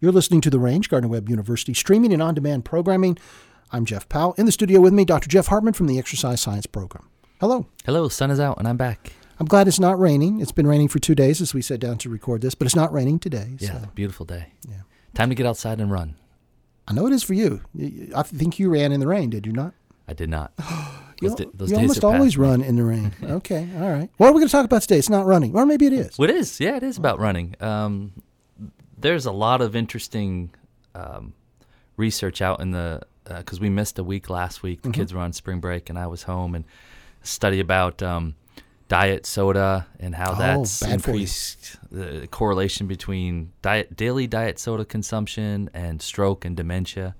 You're listening to The Range, Gardner Webb University, streaming and on demand programming. I'm Jeff Powell. In the studio with me, Dr. Jeff Hartman from the Exercise Science Program. Hello. Hello, sun is out and I'm back. I'm glad it's not raining. It's been raining for two days as we sat down to record this, but it's not raining today. Yeah, so- beautiful day. Yeah. Time to get outside and run. I know it is for you. Y- I think you ran in the rain, did you not? I did not. You, Those da- al- those you days almost that passed always me. run in the rain. Okay, all right. What are we going to talk about today? It's not running, or maybe it is. Well, it is. Yeah, it is about running. Um, there's a lot of interesting um, research out in the because we missed a week last week. Mm-hmm. The kids were on spring break and I was home and study about um, diet soda and how Oh, that's bad for you. increased the correlation between diet daily diet soda consumption and stroke and dementia.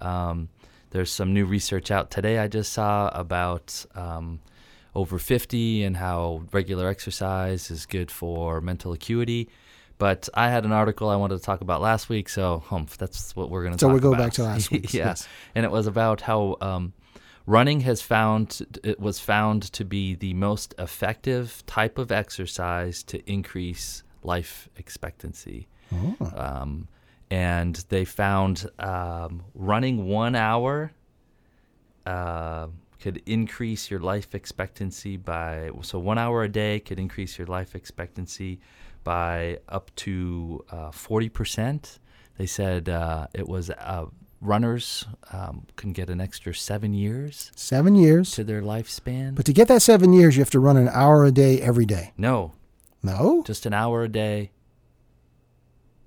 Um, there's some new research out today I just saw about um, over 50 and how regular exercise is good for mental acuity. But I had an article I wanted to talk about last week, so humph, that's what we're going to So talk we'll about. go back to last week's, yeah. yes. And it was about how um, running has found, it was found to be the most effective type of exercise to increase life expectancy um, and they found um, running one hour uh, could increase your life expectancy by so one hour a day could increase your life expectancy by up to uh, forty percent. They said uh, it was uh, runners um, can get an extra seven years Seven years. to their lifespan. But to get that seven years, you have to run an hour a day every day. no, No, just an hour a day,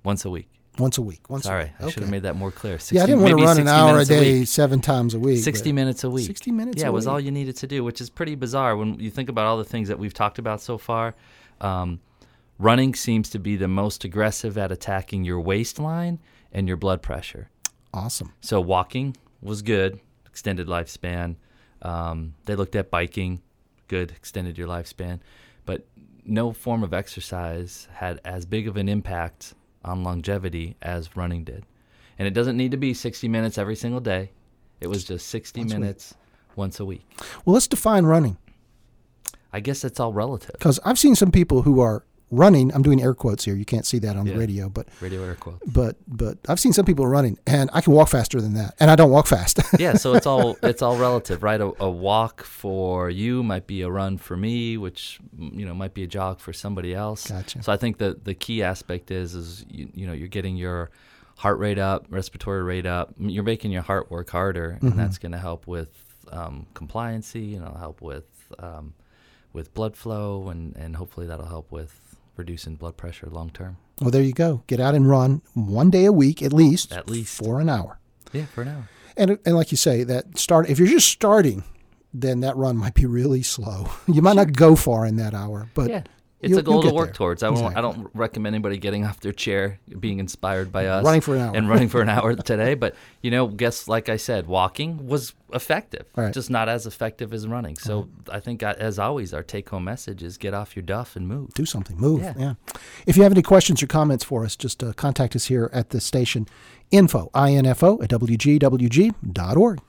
once a week. once a week. Once a Sorry, week. I should have Okay. made that more clear. 60, Yeah, I didn't want maybe to run an 60 hour a minutes day week. seven times a week. 60 but- minutes a week. 60 minutes Yeah, a it was week. all you needed to do, which is pretty bizarre when you think about all the things that we've talked about so far. Um, running seems to be the most aggressive at attacking your waistline and your blood pressure. Awesome. So walking was good, extended lifespan. Um, they looked at biking, good, extended your lifespan. But no form of exercise had as big of an impact on longevity as running did. And it doesn't need to be 60 minutes every single day. It was just 60 Once a week. minutes once a week. Well, let's define running I guess that's all relative. because I've seen some people who are running. I'm doing air quotes here. You can't see that on the Yeah. radio, but Radio air quote. but but I've seen some people running, and I can walk faster than that, and I don't walk fast. yeah, so it's all it's all relative, right? A, a walk for you might be a run for me, which mm, you know might be a jog for somebody else. Gotcha. So I think the the key aspect is is you, you know you're getting your heart rate up, respiratory rate up. m- You're making your heart work harder, and that's going to help with um, compliancy, and it'll help with um, with blood flow, and and hopefully that'll help with reducing blood pressure long term. Well, there you go. Get out and run one day a week at least. At least. for an hour. Yeah, for now. And and like you say, that start if you're just starting, then that run might be really slow. You might not go far in that hour, but Yeah. It's you'll- a goal you'll to get work there. towards. I, won't I Exactly. don't recommend anybody getting off their chair, being inspired by us, Running for an hour. and running for an hour today. But you know, guess like I said, walking was effective, Right. just not as effective as running. So I think, I, as always, our take-home message is get off your duff and move. do something, move. Yeah. Yeah. If you have any questions or comments for us, just uh, contact us here at the station. Info, I-N-F-O, at WGWG.org.